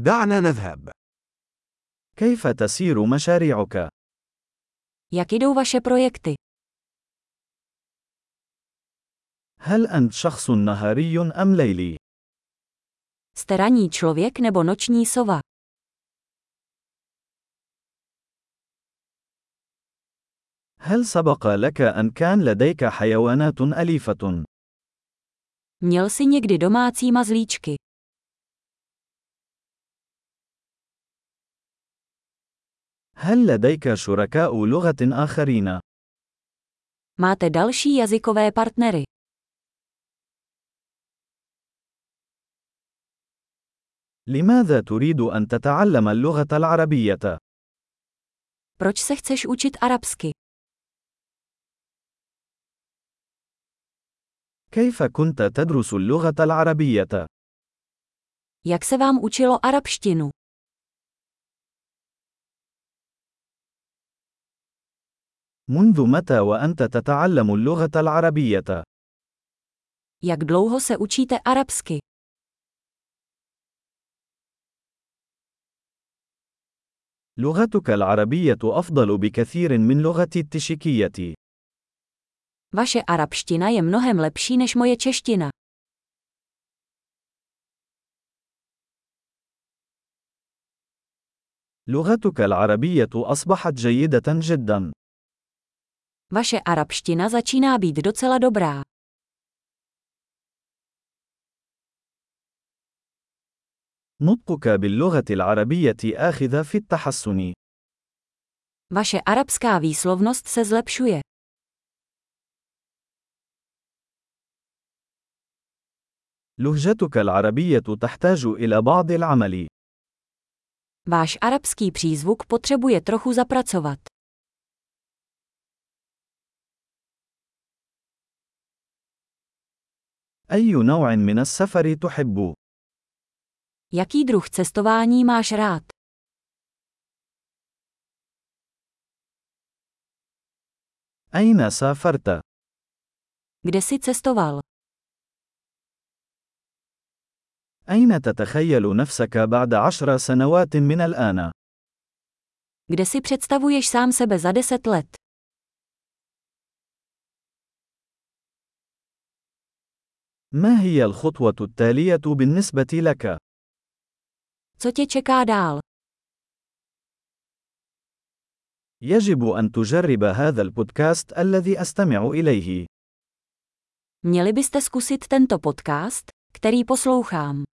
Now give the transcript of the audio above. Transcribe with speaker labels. Speaker 1: دعنا نذهب.
Speaker 2: كيف تسير مشاريعك؟
Speaker 3: Jak jdou vaše projekty?
Speaker 2: هل أنت شخص نهاري أم ليلي؟
Speaker 3: Jste ranní člověk nebo noční sova?
Speaker 2: هل سبق لك أن كان لديك حيوانات أليفة؟
Speaker 3: Měl jsi někdy domácí mazlíčky?
Speaker 2: هل لديك شركاء لغة آخرين؟
Speaker 3: Máte další jazykové partnery?
Speaker 2: لماذا تريد أن تتعلم اللغة العربية؟
Speaker 3: Proč se chceš učit arabsky?
Speaker 2: كيف كنت تدرس اللغة العربية؟
Speaker 3: Jak se vám učilo arabštinu?
Speaker 2: منذ متى وأنت تتعلم اللغة العربية؟
Speaker 3: Jak dlouho se učíte arabsky?
Speaker 2: لغتك العربية أفضل بكثير من لغتي التشيكية.
Speaker 3: Vaše arabština je mnohem lepší než moje čeština.
Speaker 2: لغتك العربية أصبحت جيدة جدا.
Speaker 3: Vaše arabština začíná být docela dobrá.
Speaker 2: نطقك باللغة العربية آخذ في التحسن.
Speaker 3: Vaše arabská výslovnost se zlepšuje.
Speaker 2: لهجتك العربية تحتاج إلى بعض العمل.
Speaker 3: Váš arabský přízvuk potřebuje trochu zapracovat.
Speaker 2: أي نوع من السفر تحب؟
Speaker 3: Jaký druh cestování máš rád?
Speaker 2: أين سافرت؟
Speaker 3: Kde jsi cestoval?
Speaker 2: أين تتخيل نفسك بعد عشر سنوات من الآن؟
Speaker 3: Kde si představuješ sám sebe za deset let?
Speaker 2: ما هي الخطوة التالية بالنسبة لك؟
Speaker 3: Co tě čeká dál?
Speaker 2: يجب أن تجرب هذا البودكاست الذي أستمع إليه.
Speaker 3: Měli byste zkusit tento podcast, který poslouchám.